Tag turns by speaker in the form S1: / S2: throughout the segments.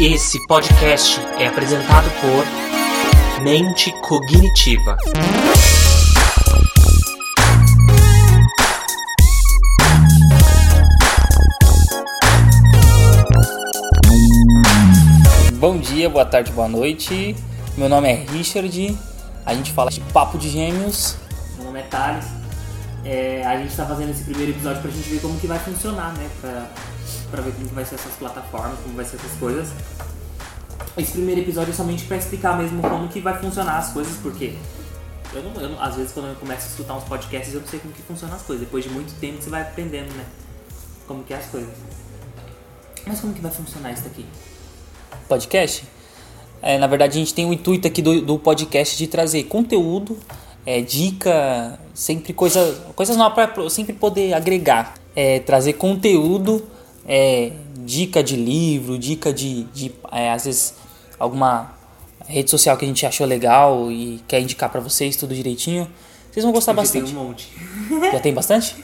S1: Esse podcast é apresentado por Mente Cognitiva.
S2: Bom dia, boa tarde, boa noite. Meu nome é Richard. A gente fala de Papo de Gêmeos.
S3: Meu nome é Thales. É, a gente está fazendo esse primeiro episódio para a gente ver como que vai funcionar, né? Pra, pra ver como que vai ser essas plataformas, como vai ser essas coisas. Esse primeiro episódio é somente para explicar mesmo como que vai funcionar as coisas, porque eu não, eu não- às vezes quando eu começo a escutar uns podcasts eu não sei como que funcionam as coisas. Depois de muito tempo você vai aprendendo, né? Como que é as coisas. Mas como que vai funcionar isso daqui?
S2: podcast. É, na verdade, a gente tem o intuito aqui do, do podcast de trazer conteúdo, é, dica, sempre coisa, coisas novas para sempre poder agregar. É, trazer conteúdo, é, dica de livro, dica de, de é, às vezes, alguma rede social que a gente achou legal e quer indicar para vocês tudo direitinho. Vocês vão gostar
S3: Porque
S2: Tá bastante.
S3: Tem um monte.
S2: Já tem bastante?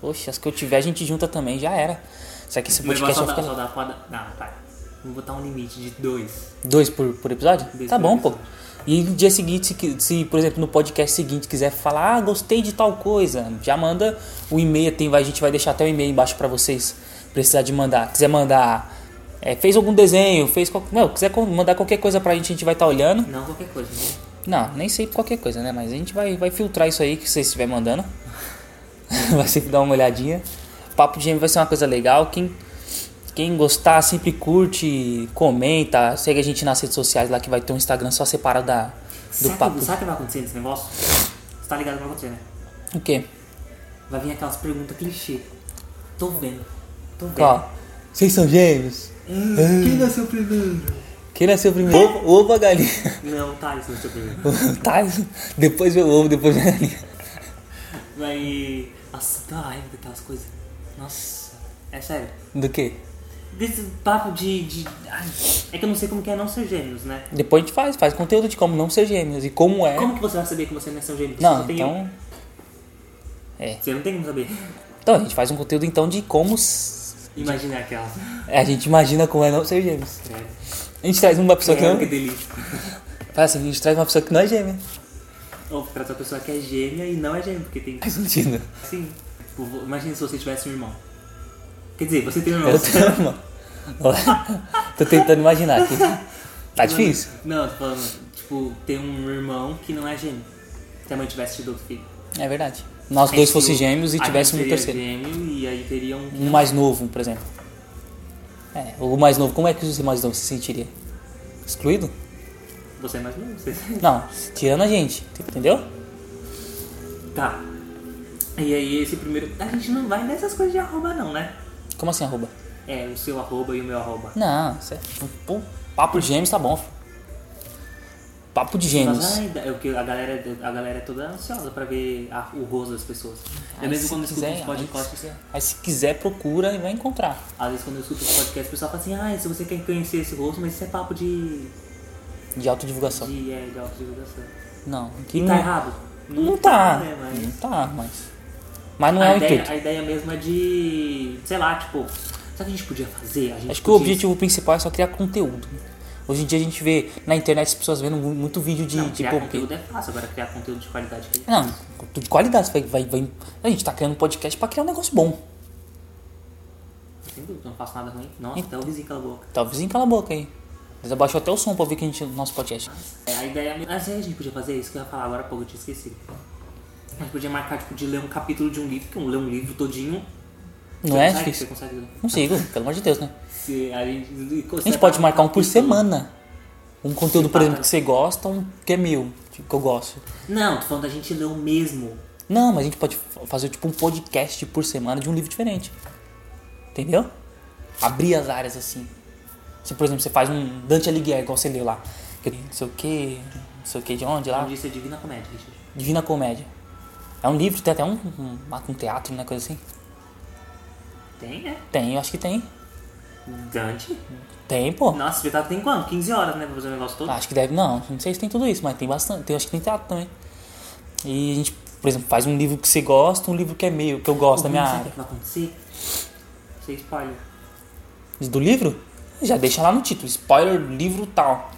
S2: Poxa, as que eu tiver a gente junta também, já era. Será que esse
S3: Mas vai
S2: podcast
S3: só
S2: vai
S3: dá,
S2: ficar
S3: só dá pra... dar- Não, tá. Vou botar um limite de dois.
S2: dois por, por episódio?
S3: Dois
S2: tá
S3: por
S2: bom, pô.
S3: episódio.
S2: E no dia seguinte, se, que- se, por exemplo, no podcast seguinte quiser falar, ah, gostei de tal coisa, já manda o e-mail, tem, vai- a gente vai deixar até o e-mail embaixo pra vocês precisar de mandar. Quiser mandar, é, fez algum desenho, fez qual, não, quiser co- mandar qualquer coisa pra gente, a gente vai estar olhando.
S3: Não qualquer coisa, né?
S2: Não, nem sei qualquer coisa, né? Mas a gente vai, vai filtrar isso aí que você estiver mandando. vai sempre dar uma olhadinha. Papo de gêmeo vai ser uma coisa legal. Quem, quem gostar, sempre curte, comenta, segue a gente nas redes sociais lá que vai ter um Instagram só separado da, do
S3: sabe,
S2: papo.
S3: Que, sabe o que vai acontecer nesse negócio? Você tá ligado o que vai acontecer, né?
S2: O quê?
S3: Vai vir aquelas perguntas clichê. Tô vendo. Tô vendo. Hum,
S2: Ó, vocês são gêmeos?
S3: Quem nasceu primeiro?
S2: Quem nasceu primeiro? Ovo, ovo ou a galinha?
S3: Não, tá, isso nasceu primeiro.
S2: tá, depois vem o ovo, depois vem a galinha.
S3: Vai. Nossa, tá raiva daquelas coisas. Nossa. É sério.
S2: Do quê?
S3: Desse papo de. de... ai, é que eu não sei como que é não ser gêmeos, né?
S2: Depois a gente faz, faz conteúdo de como não ser gêmeos e como é.
S3: Como que você vai saber que você não é seu gêmeo? Você só
S2: Não,
S3: tem
S2: então.
S3: um. Você não tem como saber.
S2: Então, a gente faz um conteúdo então de como. s-
S3: Imaginar aquelas.
S2: É, a gente imagina como é não ser gêmeos.
S3: Credo.
S2: A gente traz uma pessoa que
S3: Credo, é Que
S2: não.
S3: delícia.
S2: Faz assim, a gente traz uma pessoa que não é gêmea.
S3: Ou pra essa pessoa que é gêmea e não é gêmeo, porque tem.
S2: Faz sentido.
S3: Sim. Tipo, vo- imagina se você tivesse um irmão. Quer dizer, você tem um irmão.
S2: Eu tenho uma. Tô tentando imaginar aqui. Tá difícil?
S3: um Não, tô falando, tipo, tem um irmão que não é gêmeo. Se a mãe tivesse tido outro filho.
S2: É verdade. Nós dois
S3: Se
S2: fossem
S3: o-
S2: gêmeos e
S3: a gente
S2: tivéssemos um
S3: seria
S2: terceiro.
S3: gêmeo e aí teria um.
S2: Um mais novo, por exemplo. É, o mais novo, como é que o mais novo se sentiria? Excluído?
S3: Você é mais novo, você.
S2: Não, tirando a gente, entendeu?
S3: Tá. E aí esse primeiro. A gente não vai nessas coisas de arroba, não, né?
S2: Como assim, arroba?
S3: É, o seu arroba e o meu arroba.
S2: Não, isso é- pô, papo de gêmeos tá bom. filho. Papo de gêmeos.
S3: Mas ai, é o que a galera, a galera é toda ansiosa pra ver a- o rosto das pessoas. É
S2: Aí,
S3: mesmo
S2: Ah, se
S3: quando eu escuto
S2: quiser,
S3: uns
S2: aí,
S3: podcasts.
S2: se- Aí se quiser, procura e vai encontrar.
S3: Às vezes quando eu escuto os podcasts, o pessoal fala assim, ah, se você quer conhecer esse rosto, mas isso é papo de.
S2: De autodivulgação.
S3: de, é, de autodivulgação.
S2: Não, aqui
S3: E
S2: não,
S3: tá errado?
S2: não tá.
S3: né, mas-
S2: Não tá, mas. Mas não
S3: a,
S2: é o
S3: ideia,
S2: intuito.
S3: a ideia mesmo é de. sei lá, tipo, sabe o que a gente podia fazer? A gente
S2: Acho que o
S3: podia...
S2: objetivo principal é só criar conteúdo. Hoje em dia a gente vê na internet as pessoas vendo mu- muito vídeo de
S3: Não, criar
S2: tipo.
S3: conteúdo é fácil, agora criar conteúdo de qualidade que
S2: Não, conteúdo de qualidade. Vai, vai, vai- A gente tá criando um podcast pra criar um negócio bom.
S3: sem dúvida, não faço nada ruim. Nossa, até o vizinho cala a boca.
S2: Tá, o vizinho cala a boca aí. Mas abaixou até o som pra ouvir que a gente, nosso podcast.
S3: É, a ideia mesmo. Ah, sei, a gente podia fazer isso que eu ia falar agora há pouco, eu tinha esquecido. A gente podia marcar, tipo, de ler um capítulo de um livro, que é um ler um livro todinho. Você
S2: Não é
S3: consegue? Você
S2: difícil?
S3: consegue ler?
S2: Consigo, pelo amor de Deus, né?
S3: Se a gente,
S2: A gente pode marcar um por semana. Um conteúdo, por
S3: Separa.
S2: exemplo, que você gosta, um que é meu, tipo, que eu gosto.
S3: Não, tô falando da gente ler o mesmo.
S2: Não, mas a gente pode fa- fazer tipo um podcast por semana de um livro diferente. Entendeu? Abrir as áreas assim. Se, por exemplo, você faz um Dante Alighieri, igual você leu lá. que Não sei o que, não sei o que de onde lá.
S3: Onde isso é Divina Comédia, Richard.
S2: Divina Comédia. É um livro, tem até um, um, um teatro, né? Coisa assim.
S3: Tem, né?
S2: Tem, eu acho que tem.
S3: Dante?
S2: Tem, pô. Ah,
S3: Nossa, o espetáculo tem quanto? 15 horas, né? Pra
S2: Tá,
S3: fazer o negócio todo?
S2: Acho que deve. Não, não sei se tem tudo isso, mas tem bastante. Tem, acho que tem teatro também. E a gente Por exemplo, faz um livro que você gosta, um livro que é meio, que eu gosto da
S3: Uhum,
S2: minha
S3: sabe o
S2: área.
S3: que vai acontecer? Você spoiler.
S2: Do livro? Já deixa lá no título, spoiler, livro tal.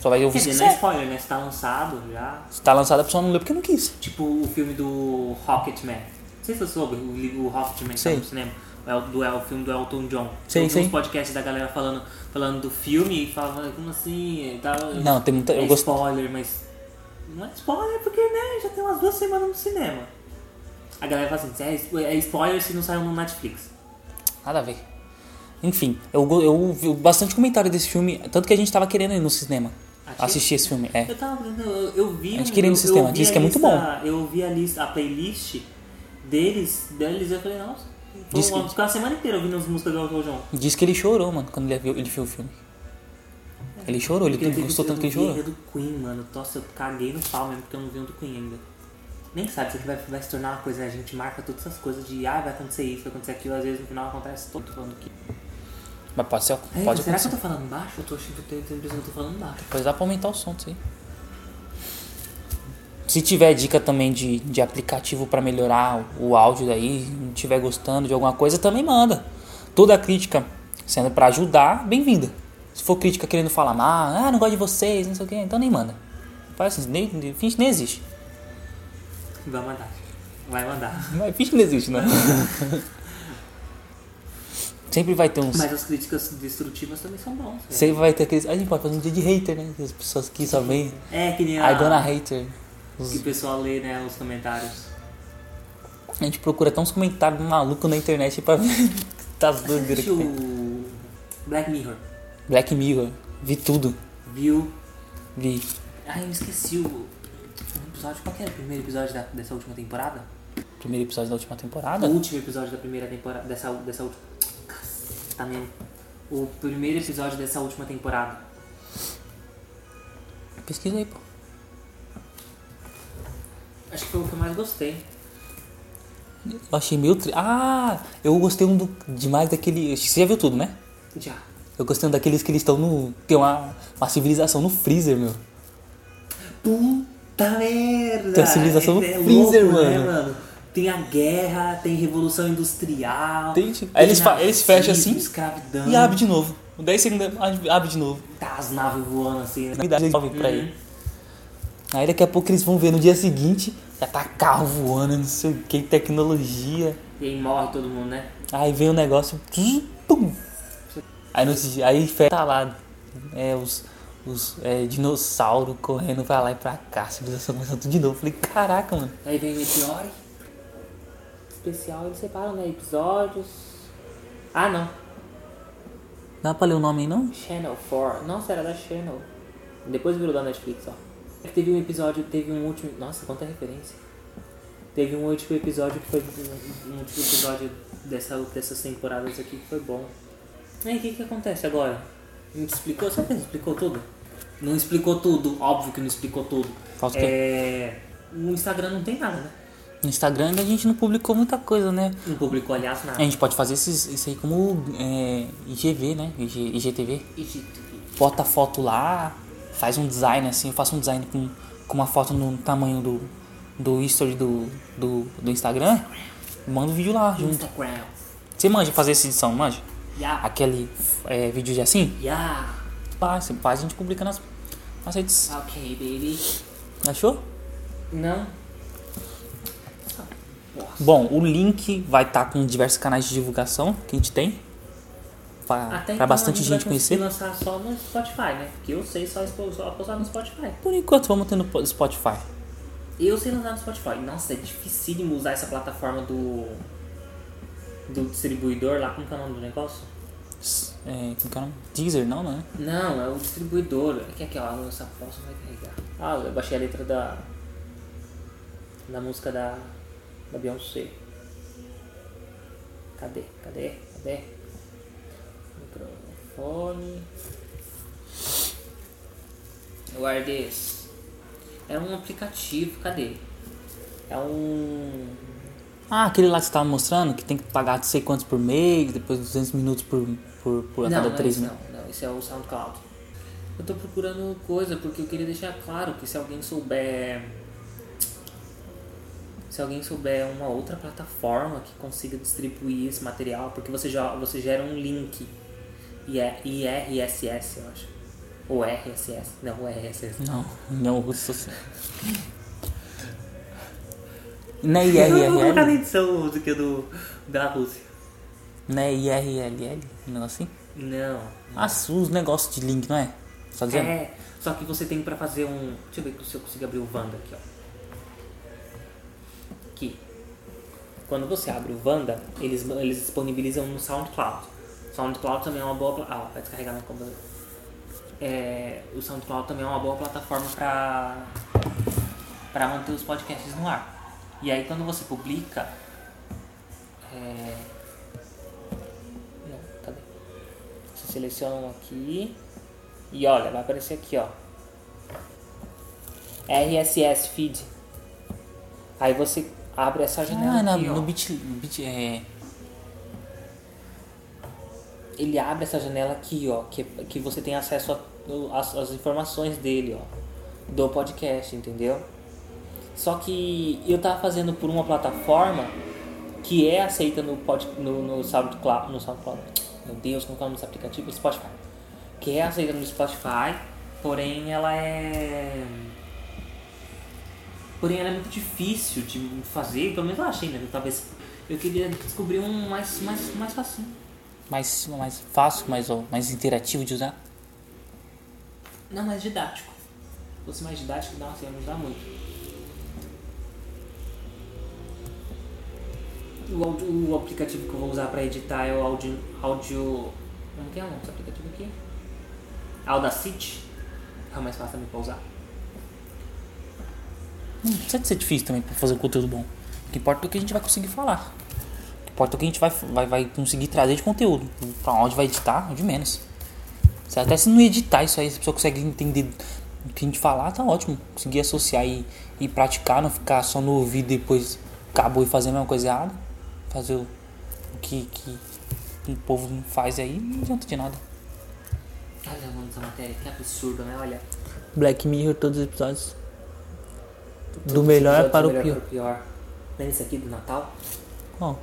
S2: Só vai
S3: Quer
S2: ouvir se
S3: dizer, não é
S2: quiser.
S3: spoiler, né? Se tá lançado já.
S2: Se tá lançado, a pessoa não leu porque não quis.
S3: Tipo o filme do Rocketman. Não sei se você soube, o, li- o Rocketman que tá
S2: Sei.
S3: no cinema. É o, do, é o filme do Elton John.
S2: Sei,
S3: eu vi
S2: sei.
S3: uns podcasts da galera falando, falando do filme e falava, como assim? Tá,
S2: Não, tem muita-
S3: É
S2: eu gosto-
S3: spoiler, mas. Não é spoiler porque, né? Já tem umas duas semanas no cinema. A galera fala assim: é, spo- é spoiler se não saiu no Netflix.
S2: Nada a ver. Enfim, eu, go- eu vi bastante comentário desse filme, tanto que a gente tava querendo ir no cinema.
S3: Achei-
S2: Assistir esse filme, é.
S3: Eu tava vendo, eu, eu vi.
S2: A gente queria ir no
S3: eu- eu
S2: sistema,
S3: vi
S2: diz
S3: a
S2: que é muito
S3: lista- Eu vi a lista, a playlist deles, deles eu falei, nossa, foi
S2: Diz
S3: uma,
S2: que-
S3: ficou a semana inteira ouvindo as músicas do Elton John.
S2: Diz que ele chorou, mano, quando ele viu, ele viu o filme. Ele chorou, ele
S3: Eu vi-
S2: gostou tanto que ele
S3: Eu vi
S2: chorou.
S3: a do Queen, mano. Nossa, eu caguei no pau mesmo, porque eu não vi um do Queen ainda. Nem sabe, isso aqui vai, vai se tornar uma coisa, né? A gente marca todas essas coisas de, ah, vai acontecer isso, vai acontecer aquilo, às vezes no final acontece tudo falando que.
S2: Mas pode ser,
S3: É,
S2: pode
S3: será que eu
S2: acontecer.
S3: tô falando baixo? Eu tô achando que eu tenho tenho a impressão que eu tô falando baixo.
S2: Pois dá pra aumentar o som disso aí. Se tiver dica também de, de aplicativo pra melhorar o, o áudio daí, não tiver gostando de alguma coisa, também manda. Toda a crítica sendo pra ajudar, bem-vinda. Se for crítica querendo falar mal, ah, não gosto de vocês, não sei o que, então nem manda. Faz assim, nem, nem- finge que nem existe.
S3: Vai mandar. Vai mandar.
S2: Não, finge que não existe, né? Sempre vai ter uns.
S3: Mas as críticas destrutivas também são bons. né?
S2: Sempre vai ter aqueles. A gente pode fazer um dia de hater, né? As pessoas que só vêm.
S3: É, que nem a...
S2: Ai, dona hater. Os-
S3: Que o pessoal lê, né, os comentários.
S2: A gente procura até uns comentários malucos na internet pra ver das doideiras
S3: Assiste
S2: que tem.
S3: o Black Mirror.
S2: Black Mirror, vi tudo.
S3: Viu?
S2: Vi.
S3: Ai, eu esqueci o... o episódio, qual que era o primeiro episódio da- dessa última temporada?
S2: Primeiro episódio da última
S3: O
S2: temporada.
S3: último episódio da primeira temporada... Dessa, dessa última... Tá mesmo. O primeiro episódio dessa última temporada.
S2: Pesquisa aí, pô.
S3: Acho que foi o que eu mais gostei.
S2: Eu achei meio. Tri... Ah! Eu gostei um do... demais daquele. acho que Você já viu tudo, né?
S3: Já.
S2: Eu gostei um daqueles que eles estão no. Tem uma, uma civilização no freezer, meu.
S3: Puta merda!
S2: Tem a civilização
S3: É- é
S2: no freezer,
S3: louco, né,
S2: mano?
S3: Tem a guerra, tem revolução industrial.
S2: Tem, tipo, aí eles fa-
S3: nazismo,
S2: eles fecham assim
S3: escravidão.
S2: E abre de novo. 10 segundos é, abre abre de novo.
S3: Tá as naves voando assim, né?
S2: Me dá 19 pra
S3: Uhum.
S2: ele. Aí daqui a pouco eles vão ver no dia seguinte. Já tá carro voando, não sei o que, tecnologia.
S3: E aí morre todo mundo, né?
S2: Aí vem o negócio. zzz, Pum. Aí, no, outro dia- aí fe- tá lá. É, os os é, dinossauros correndo pra lá e pra cá. A civilização começando tudo de novo. Falei, caraca, mano.
S3: Aí vem o Meteore. Especial, eles separam, né? Episódios. Ah, não.
S2: Dá pra ler o nome aí não?
S3: Channel 4. Nossa, era da Channel. Depois virou da Netflix, ó. Teve um episódio, teve um último. Nossa, quanta referência. Teve um último episódio que foi. Um último episódio dessa, dessas temporadas aqui que foi bom. E aí, o que que acontece agora? Não explicou? Será que não explicou tudo? Não explicou tudo, óbvio que não explicou tudo.
S2: Falta o quê?
S3: É. O Instagram não tem nada, né?
S2: No Instagram a gente não publicou muita coisa, né?
S3: Não publicou, aliás, nada.
S2: A gente pode fazer esses, isso aí como é, IGV, né? IG, IGTV. Bota a foto lá, faz um design assim, eu faço um design com, com uma foto no tamanho do, do history do, do, do Instagram. Manda o vídeo lá junto.
S3: Instagram.
S2: Você manja fazer essa edição, não manja?
S3: Yeah.
S2: Aquele é, vídeo de assim?
S3: Yeah.
S2: Pá, você faz, a gente publica nas, nas redes.
S3: Ok, baby.
S2: Achou?
S3: Não.
S2: Bom, o link vai estar com diversos canais de divulgação que a gente tem. Pra,
S3: Até
S2: pra
S3: então
S2: bastante
S3: a gente vai
S2: gente
S3: conseguir
S2: conhecer.
S3: lançar só no Spotify, né? Porque eu sei só, expo- só postar no Spotify.
S2: Por enquanto vamos ter no Spotify.
S3: Eu sei lançar no Spotify. Nossa, é dificílimo usar essa plataforma do. do distribuidor lá. Como que é o nome do negócio?
S2: É, como que é o nome? Deezer, não, né?
S3: Não, é o distribuidor. O que é que é? Ah, essa aposta vai carregar. Ah, eu baixei a letra da. da música da. da Beyoncé. Cadê? Cadê? Cadê? Microfone. Where this? É um aplicativo, cadê? É um.
S2: Ah, aquele lá que você tava mostrando, que tem que pagar não sei quantos por mês, depois 200 minutos por, por, por a
S3: não,
S2: cada
S3: não, é
S2: três
S3: isso,
S2: né?
S3: não, não, isso é o SoundCloud. Eu tô procurando coisa porque eu queria deixar claro que se alguém souber se alguém souber uma outra plataforma que consiga distribuir esse material, porque você, já, você gera um link é I- IRSS, eu acho. Ou RSS. Não, RSS.
S2: Não, não assim. uso. Na IRLL?
S3: edição do que é do da Rússia.
S2: Na IRLL? Um negócio assim?
S3: Não.
S2: Ah, os negócios de link, não é? Só dizendo?
S3: É, só que você tem pra fazer um. Deixa eu ver se eu consigo abrir o Wanda aqui, ó. Aqui. Quando você abre o Wanda, eles, eles disponibilizam no SoundCloud. SoundCloud também é uma boa. pla- Ah, vai descarregar meu computador. É, o SoundCloud também é uma boa plataforma pra, pra manter os podcasts no ar. E aí quando você publica. É... Não, cadê? Você seleciona um aqui. E olha, vai aparecer aqui, ó. RSS feed. Aí você abre essa janela
S2: Ah, na,
S3: né, aqui, ó.
S2: no bit, bit, é,
S3: Ele abre essa janela aqui, ó, que, que você tem acesso a- o- às às informações dele, ó, do podcast, entendeu? Só que eu tava fazendo por uma plataforma que é aceita no, pod, no, no SoundCloud, no SoundCloud, meu Deus, como que é o nome desse aplicativo? Spotify. Que é aceita no Spotify, porém ela é... Porém, ela é muito difícil de fazer, pelo menos eu achei, né? Talvez eu queria descobrir um mais, mais, mais facinho.
S2: mais, mais fácil, mais, ó, mais interativo de usar.
S3: Não, mais didático. Se fosse mais didático, nossa, ia me ajudar muito. O, áudio- o aplicativo que eu vou usar pra editar é o áudio. áudio como que é o nome desse aplicativo aqui? Audacity. É o mais fácil também pra usar.
S2: Não precisa de ser difícil também pra fazer um conteúdo bom. O que importa é o que a gente vai conseguir falar. O que importa é o que a gente vai, vai, vai conseguir trazer de conteúdo. Pra onde vai editar, de menos. Se- Até se não editar isso aí, se a pessoa consegue entender o que a gente falar, tá ótimo. Conseguir associar e, e praticar, não ficar só no ouvido e depois acabou e fazer a mesma coisa errada. Fazer o, o que, que o povo não faz aí, não adianta de nada.
S3: Olha, mano, essa matéria, que absurdo, né? Olha.
S2: Black Mirror, todos os episódios. Do
S3: todos
S2: melhor é
S3: os episódios
S2: para o
S3: do melhor
S2: pior.
S3: para o pior. Lembra esse aqui do Natal?
S2: Ó,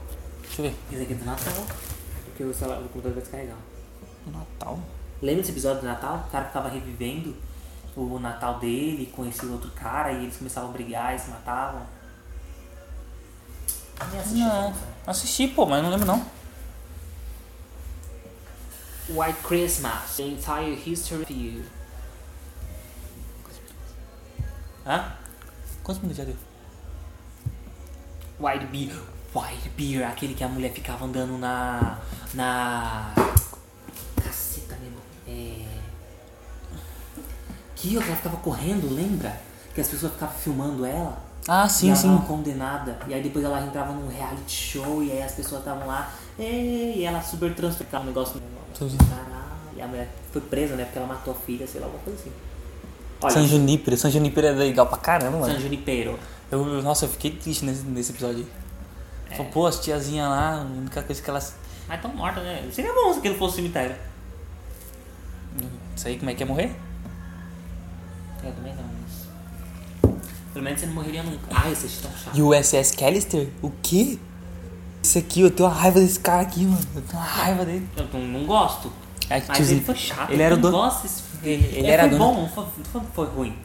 S2: deixa eu ver.
S3: Esse aqui é do Natal, porque o, celular, o computador vai descarregar.
S2: Natal.
S3: Lembra desse episódio do Natal? O cara que tava revivendo o Natal dele com esse outro cara e eles começavam a brigar e se matavam. Nem assisti
S2: Não,
S3: essa série.
S2: assisti, pô, mas não lembro não.
S3: né? White Christmas, The Entire History of You. Hã?
S2: Quantos minutos já deu?
S3: White Beer. White Beer, aquele que a mulher ficava andando na. na. Caceta mesmo. É. Que ela ficava correndo, lembra? Que as pessoas ficavam filmando ela.
S2: Ah,
S3: e
S2: sim,
S3: ela
S2: sim.
S3: tava condenada. E aí depois ela entrava num reality show e aí as pessoas estavam lá. "Ei", E ela super transformava um negócio.
S2: Entendi.
S3: Caralho, a mulher foi presa, né? Porque ela matou a filha, sei lá, alguma coisa assim. Olha,
S2: San Junípero. San Junípero é legal pra caramba,
S3: San
S2: mano.
S3: Junipero.
S2: Eu, eu- nossa, eu fiquei triste nesse, nesse episódio aí. Falei, pô, as tiazinhas lá, a única coisa que elas.
S3: Mas tão morta, né? Seria bom se aquilo fosse cemitério.
S2: Não sei como é que ia morrer.
S3: Eu também não, mas. Pelo menos você não morreria nunca.
S2: Ah,
S3: Ai, vocês estão chatos.
S2: E o SS Callister? O quê? Esse aqui, eu tenho uma raiva desse cara aqui, mano. Eu tenho uma raiva dele.
S3: Eu não, não gosto.
S2: Aí,
S3: Mas
S2: É tiozinho,
S3: ele foi chato.
S2: Ele era o
S3: eu não
S2: dono.
S3: gosto desse-
S2: Ele- ele era
S3: foi
S2: dono-
S3: bom, foi, foi, foi ruim.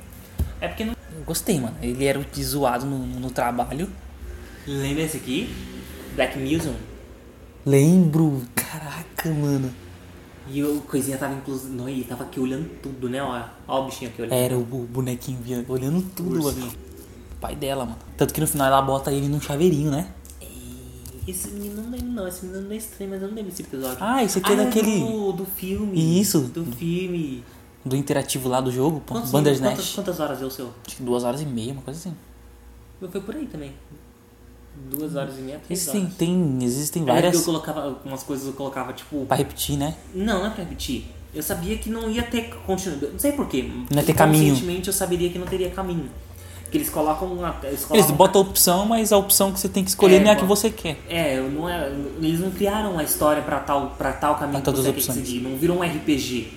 S3: É porque não.
S2: Eu gostei, mano. Ele era o zoado no, no- no trabalho.
S3: Lembra esse aqui? Black Museum.
S2: Lembro. Caraca, mano.
S3: E o coisinha tava incluso. Não, ele tava aqui olhando tudo, né? Ó, ó o bichinho aqui olhando.
S2: Era o bu- bonequinho via- olhando tudo,
S3: Ursinho.
S2: mano. Pai dela, mano. Tanto que no final ela bota ele num chaveirinho, né?
S3: Esse menino não lembro, não. Esse menino não é estranho, mas eu não lembro esse episódio.
S2: Ah, esse aqui é daquele-
S3: Do, do filme.
S2: Isso.
S3: Do filme.
S2: Do interativo lá do jogo, pô.
S3: Quantos-
S2: Bandersnatch.
S3: Quantas, quantas horas é o seu?
S2: Acho que duas horas e meia, uma coisa assim.
S3: Eu fui por aí também. Duas horas e meia, três
S2: Existem,
S3: horas.
S2: tem, existem
S3: Eu lembro que
S2: Hum, várias
S3: eu colocava umas coisas, eu colocava tipo.
S2: pra repetir, né?
S3: Não, não é pra repetir. Eu sabia que não ia ter continuidade. Não sei porquê.
S2: Não ia ter caminho.
S3: Recentemente eu saberia que não teria caminho. Que eles colocam. uma- Eles, colocam
S2: Eles botam a opção, mas a opção que você tem que escolher
S3: É,
S2: não é a que
S3: bota.
S2: você quer.
S3: É, eu não é, eles não criaram a história pra tal, pra tal caminho
S2: Pra todas
S3: que
S2: as
S3: você quer
S2: opções.
S3: seguir. Não virou um RPG.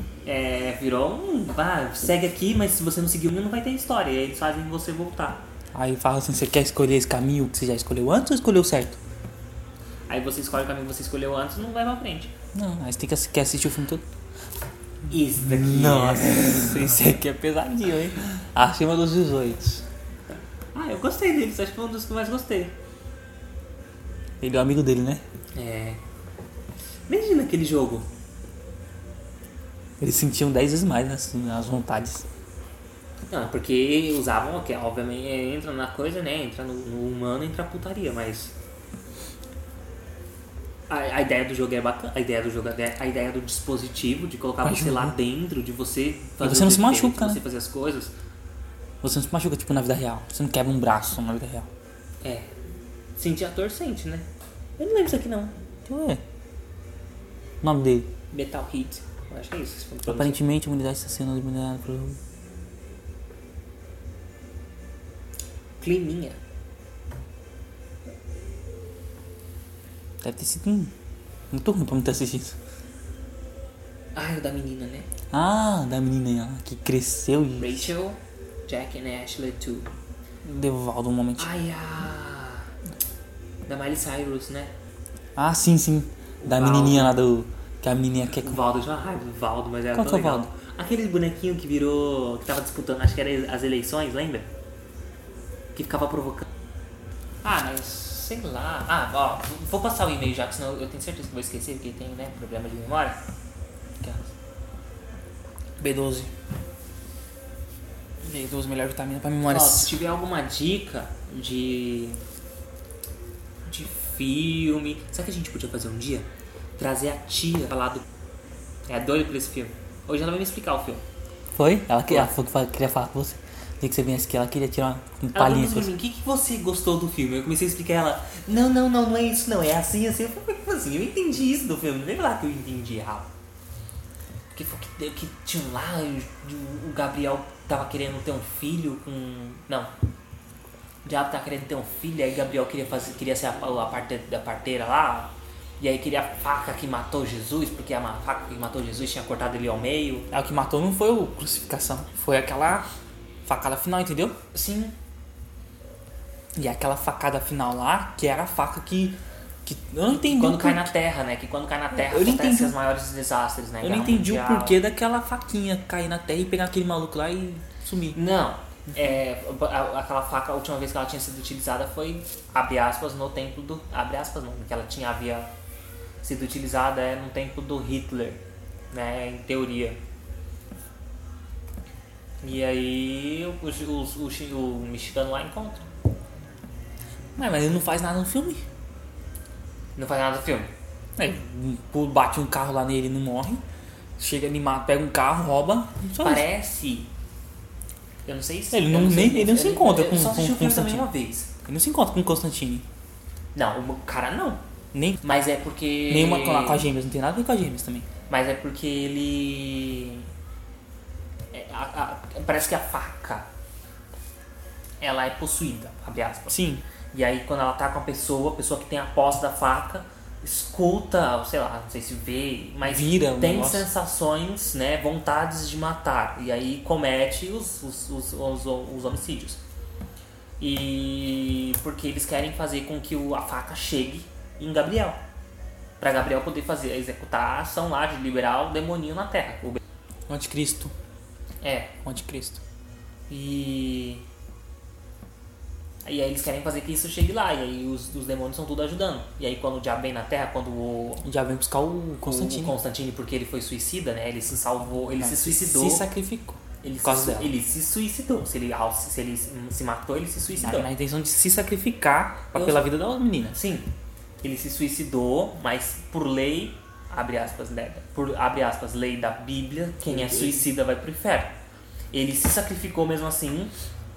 S3: "Ah, É, virou um. Vá, segue aqui, mas se você não seguir o caminho, não vai ter história. E aí eles fazem você voltar.
S2: Aí fala assim, você quer escolher esse caminho que você já escolheu antes ou escolheu certo?
S3: Aí você escolhe o caminho que você escolheu antes e não vai pra frente.
S2: Não, aí você tem que assi- quer assistir o filme todo.
S3: Isso daqui. é-
S2: Nossa, esse aqui é pesadinho, hein? Acima dos 18.
S3: Ah, eu gostei deles, acho que foi um dos que eu mais gostei.
S2: Ele é o amigo dele, né?
S3: É. Imagina aquele jogo.
S2: Eles sentiam 10 vezes mais nas, nas vontades.
S3: Não, é porque usavam, ok, obviamente, é, entra na coisa, né? Entra no, no humano, entra a putaria, mas. A, a ideia do jogo é bacana, a ideia do jogo, é- a ideia do dispositivo, de colocar
S2: Mas
S3: você
S2: não-
S3: lá dentro, de você fazer
S2: você não
S3: o
S2: se
S3: jeito
S2: machuca,
S3: diferente,
S2: né?
S3: você fazer as coisas.
S2: Você não se machuca, tipo, na vida real. Você não quebra um braço na vida real.
S3: É. Sentir ator sente, né? Eu não lembro isso aqui não.
S2: Deixa eu ver. Então, é. O nome dele.
S3: Metal Heat. Eu acho que é isso. esse filme que eu não sei.
S2: Aparentemente, a humanidade está sendo eliminada por...
S3: Climinha.
S2: Deve ter sido um... muito ruim pra não ter assistido.
S3: Ah, é o da menina, né?
S2: Ah, da menina aí, ó, que cresceu e
S3: Rachel, Jack and Ashley 2.
S2: devalda um momento.
S3: Ai, a... Da Miley Cyrus, né?
S2: Ah, sim, sim. Da
S3: Valdo.
S2: menininha lá do... Que a menininha quer...
S3: O Valdo, já raiva do Valdo, mas era
S2: Qual
S3: tão
S2: que é o
S3: legal. Aquele bonequinho que virou... Que tava disputando, acho que era as eleições, lembra? Que ficava provocando. Ah, mas sei lá. Ah, ó, vou passar o e-mail já, que senão eu tenho certeza que vou esquecer, porque tem, né, problema de memória.
S2: B12. B12, melhor vitamina pra
S3: Ó,
S2: memória.
S3: se tiver alguma dica de. de filme. Sabe o que a gente podia fazer um dia? Trazer a tia falar do. É doido por esse filme. Hoje ela vai me explicar o filme.
S2: Foi? Ela, que, ela falou que fa- queria falar com você. Dia que você viesse aqui, ela queria tirar um
S3: Ela
S2: palhinho.
S3: perguntou pra mim, o que, que você gostou do filme? Eu comecei a explicar ela, não, não, não, não é isso, não, é assim, assim. Eu falei, "Como assim, eu entendi isso do filme, não vem lá que eu entendi errado. Porque foi que, deu- que tinha um lá, o- o Gabriel tava querendo ter um filho com. Não. O diabo tava querendo ter um filho, aí Gabriel queria, fazer, queria ser a, a parte da parteira lá. E aí queria a faca que matou Jesus, porque a ma- faca que matou Jesus tinha cortado ele ao meio.
S2: Ah, O que matou não foi o crucificação, foi aquela facada final, entendeu?
S3: Sim,
S2: E aquela facada final lá, que era a faca que. que eu não entendi.
S3: quando
S2: o
S3: cai
S2: por-
S3: na terra, né? Que quando cai na terra
S2: Eu não
S3: acontecem
S2: entendi.
S3: os maiores desastres, né?
S2: Eu não
S3: Guerra
S2: entendi o
S3: mundial.
S2: porquê daquela faquinha cair na terra e pegar aquele maluco lá e sumir.
S3: Não. É, a- aquela faca, a última vez que ela tinha sido utilizada foi, abre aspas, no templo do. Abre aspas não, que ela tinha havia sido utilizada é, no templo do Hitler, né? Em teoria. E aí o, o, o, chi- o mexicano lá encontra.
S2: Mas, mas ele não faz nada no filme.
S3: Não faz nada do filme.
S2: É, pô, bate um carro lá nele e não morre. Chega animado, pega um carro, rouba. Só isso.
S3: Parece. Eu não sei se.
S2: Ele
S3: eu
S2: não-
S3: sei-
S2: nem- ele não se
S3: eu-
S2: encontra
S3: eu
S2: com-
S3: só assisti
S2: com
S3: o filme também
S2: Constantine.
S3: uma vez.
S2: Ele não se encontra com o Constantine.
S3: Não, o cara não.
S2: Nem,
S3: Mas é porque.
S2: nem uma com a, com a Gêmeas, não tem nada a ver com a Gêmeas também.
S3: Mas é porque ele. é, a- a- parece que a faca. Ela é possuída, abre aspas.
S2: Sim.
S3: E aí quando ela tá com a pessoa, a pessoa que tem a posse da faca, escuta, sei lá, não sei se vê, mas
S2: Vira o
S3: tem
S2: negócio.
S3: sensações, né, vontades de matar. E aí comete os, os, os, os, os homicídios. E porque eles querem fazer com que o, a faca chegue em Gabriel. Pra Gabriel poder fazer, executar a ação lá de liberar o demoninho na terra. O be-
S2: O anticristo.
S3: É,
S2: O anticristo.
S3: e. E aí eles querem fazer que isso chegue lá, e aí os, os demônios são tudo ajudando. E aí quando o diabo vem na Terra, quando o,
S2: Já vem buscar o
S3: o
S2: Constantine.
S3: Constantine, porque ele foi suicida, né? Ele se salvou, ele se suicidou.
S2: Se sacrificou.
S3: ele,
S2: por
S3: se,
S2: causa
S3: su-
S2: dela.
S3: ele se suicidou. Se ele, ao- se ele se matou, ele se suicidou.
S2: Na, na intenção de se sacrificar pra-
S3: Eu-
S2: pela vida da menina.
S3: Sim, ele se suicidou, mas por lei, abre aspas, né? Por, abre aspas, lei da Bíblia, quem é suicida vai pro inferno. Ele se sacrificou mesmo assim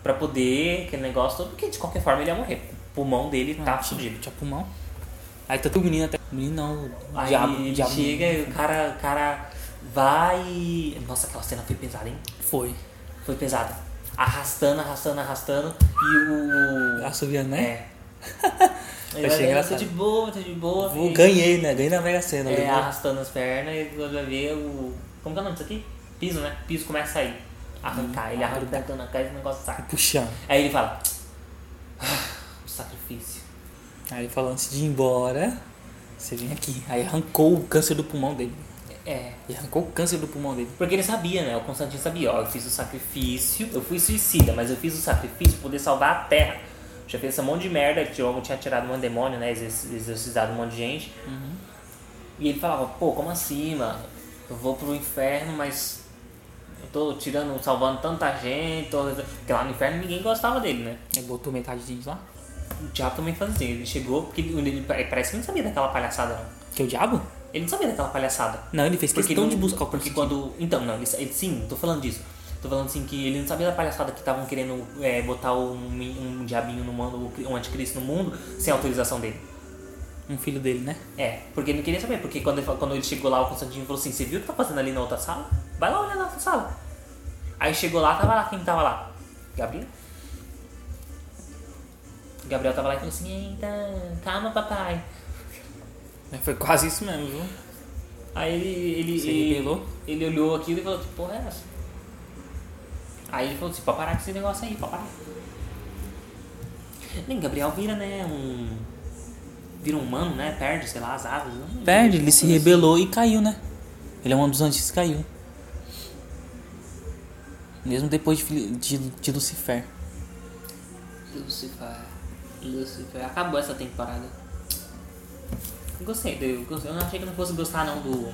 S3: pra poder, aquele negócio todo, porque de qualquer forma ele ia morrer. O pulmão dele
S2: Ah,
S3: tá fudido.
S2: Tinha pulmão. Aí tá tanto o menino até. O menino não. O
S3: Aí
S2: diabo,
S3: ele
S2: diabo.
S3: chega e o cara, o cara vai e... Nossa, aquela cena foi pesada, hein?
S2: Foi.
S3: Foi pesada. Arrastando, arrastando, arrastando. E o...
S2: Assoviando, né?
S3: É. Ele
S2: achei
S3: vai, "Não, Tá
S2: engraçado.
S3: de boa, tá de boa.
S2: Vou-
S3: E-
S2: ganhei, né? Ganhei na Mega Sena.
S3: É,
S2: levou.
S3: arrastando as pernas e quando vai ver o. Como que é o nome disso aqui? Piso, né? Piso começa a sair. Arrancar. Ele arranca tentando arrancar e o negócio sai.
S2: Puxando.
S3: Aí ele fala: "Ah, um Sacrifício.
S2: Aí ele falou, antes de ir embora, você vem aqui. Aí arrancou o câncer do pulmão dele.
S3: É.
S2: Ele arrancou o câncer do pulmão dele.
S3: Porque ele sabia, né? O Constantino sabia, ó, eu fiz o sacrifício, eu fui suicida, mas eu fiz o sacrifício pra poder salvar a Terra. Já fez esse monte de merda, que Diogo tinha tirado um demônio, né? exor- Exorcizado um monte de gente. E ele falava, pô, como assim, mano? Eu vou pro inferno, mas eu tô tirando, salvando tanta gente. Tô... Porque lá no inferno ninguém gostava dele, né?
S2: Ele botou metade de gente lá.
S3: O diabo também fazia assim, ele chegou, porque ele, ele parece que não sabia daquela palhaçada, não.
S2: Que é o diabo?
S3: Ele não sabia daquela palhaçada.
S2: Não, ele fez
S3: Porque
S2: questão
S3: não-
S2: de buscar o
S3: Porque
S2: Constantino.
S3: quando. Então, não, ele, ele- sim, tô falando disso. Tô falando assim que ele não sabia da palhaçada que estavam querendo é, botar um, um diabinho no mundo, um anticristo no mundo, sem autorização dele.
S2: Um filho dele, né?
S3: É, porque ele não queria saber, porque quando ele, quando ele chegou lá, o Constantino falou assim, você viu o que tá fazendo ali na outra sala? Vai lá olhar na outra sala. Aí chegou lá, tava lá, quem tava lá? Gabriel? Gabriel tava lá e falou assim, eita, calma papai.
S2: Mas Foi quase isso mesmo, viu?
S3: Aí ele, ele,
S2: Se
S3: ele,
S2: rebelou?
S3: ele olhou aquilo e falou, que porra é essa? Aí ele falou assim, pode parar com esse negócio aí, pode parar. Nem Gabriel vira, né, um... Vira um humano, né, perde, sei lá, as asas. né? não-
S2: Perde, ele se rebelou e caiu, né? Ele é um dos anjos que caiu. Mesmo depois de, fili- de, de Lucifer.
S3: Lucifer. Lucifer. Acabou essa temporada. Gostei, eu, gostei. eu não achei que não fosse gostar não do.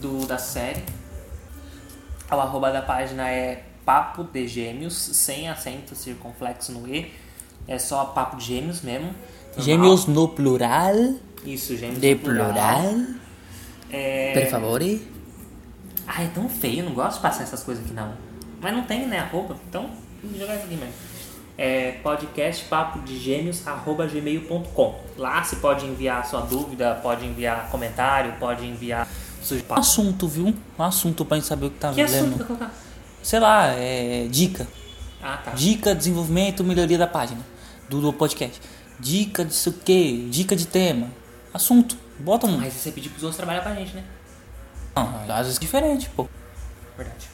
S3: Do da série. O arroba da página é Papo de Gêmeos, sem acento circunflexo no E. É só Papo de Gêmeos mesmo. normal.
S2: Gêmeos no plural.
S3: Isso, gêmeos.
S2: De
S3: no plural.
S2: plural.
S3: É...
S2: Per favore.
S3: Ah, é tão feio, eu não gosto de passar essas coisas aqui não. Mas não tem, né, arroba, então vamos jogar isso aqui mesmo. É podcast papo de gêmeos arroba gmail.com. Lá você pode enviar sua dúvida, pode enviar comentário, pode enviar
S2: Um
S3: sugestão. Ah,
S2: assunto, viu? Um assunto pra gente saber o que tá
S3: Que assunto que
S2: lendo.
S3: eu colocar?
S2: Sei lá, é. Dica.
S3: Ah, tá.
S2: Dica, desenvolvimento, melhoria da página. Do, do podcast. Dica de sei o quê? Dica de tema. Assunto. Bota um.
S3: Mas você pedir pros outros trabalhar pra gente, né?
S2: Não, às vezes é diferente, pô.
S3: Verdade.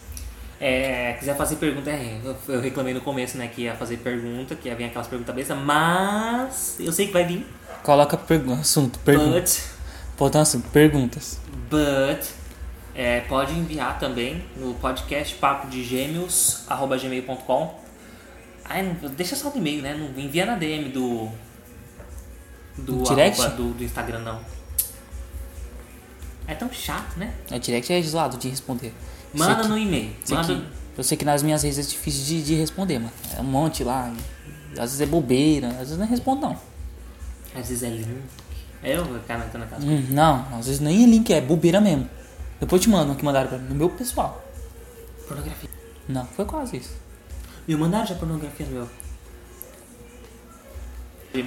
S3: É, quiser fazer pergunta, é, eu- eu reclamei no começo, né, que ia fazer pergunta, que ia vir aquelas perguntas besta, mas eu sei que vai vir.
S2: Coloca pergu- assunto, pergunta.
S3: But...
S2: Bota um assunto, perguntas.
S3: But é, pode enviar também no podcast papo de gêmeos gmail.com. Ai, não- deixa só no e-mail, né? Não envia na DM do do
S2: No direct?
S3: arroba do, do Instagram não. É tão chato, né?
S2: É direct é zoado de responder. Isso
S3: Manda
S2: aqui-
S3: no e-mail.
S2: isso aqui-
S3: Manda
S2: Eu sei que nas minhas redes é difícil de, de responder, mano. É um monte lá. e Às vezes é bobeira, às vezes não respondo, não.
S3: às vezes é link. É, Eu vou ficar metendo aquelas
S2: Hum, não, às vezes nem é link, é bobeira mesmo. Depois eu te mando o que mandaram pra mim, no meu pessoal.
S3: pornografia.
S2: Não, foi quase isso.
S3: Me mandaram já pornografia no meu.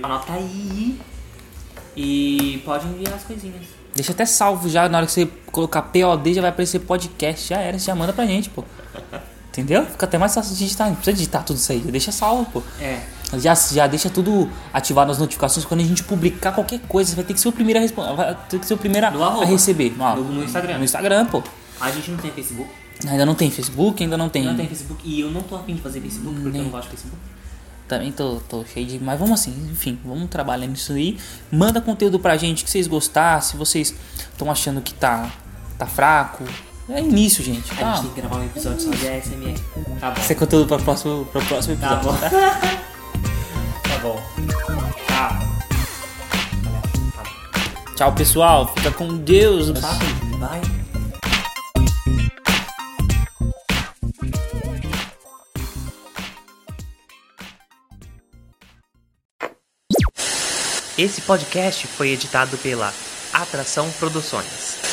S3: Anota aí. E pode enviar as coisinhas.
S2: Deixa até salvo já, na hora que você colocar POD já vai aparecer podcast, já era, você já manda pra gente, pô. Entendeu? Fica até mais fácil de digitar, não precisa digitar tudo isso aí, já deixa salvo, pô.
S3: É.
S2: Já, já deixa tudo ativado nas notificações, quando a gente publicar qualquer coisa, você vai ter que ser o primeiro a responder, vai ter que ser o primeiro a,
S3: No arroba.
S2: a receber.
S3: No- no Instagram.
S2: No Instagram, pô.
S3: A gente não tem Facebook.
S2: Ainda não tem Facebook, ainda não tem...
S3: Não tem Facebook. E eu não tô afim de fazer Facebook porque eu não gosto de Facebook.
S2: Também tô, tô cheio de. Mas vamos assim, enfim, vamos trabalhando isso aí. Manda conteúdo pra gente que vocês gostaram, se vocês estão achando que tá, tá fraco. É início, gente.
S3: A gente
S2: Tá.
S3: tem que gravar um episódio só de ASMR. Tá bom.
S2: Isso é conteúdo pra próximo, pra próximo
S3: Tá
S2: episódio.
S3: bom.
S2: tá?
S3: tá bom. Tá.
S2: Tchau, pessoal. Fica com Deus.
S3: Tá. Vai.
S1: Esse podcast foi editado pela Atração Produções.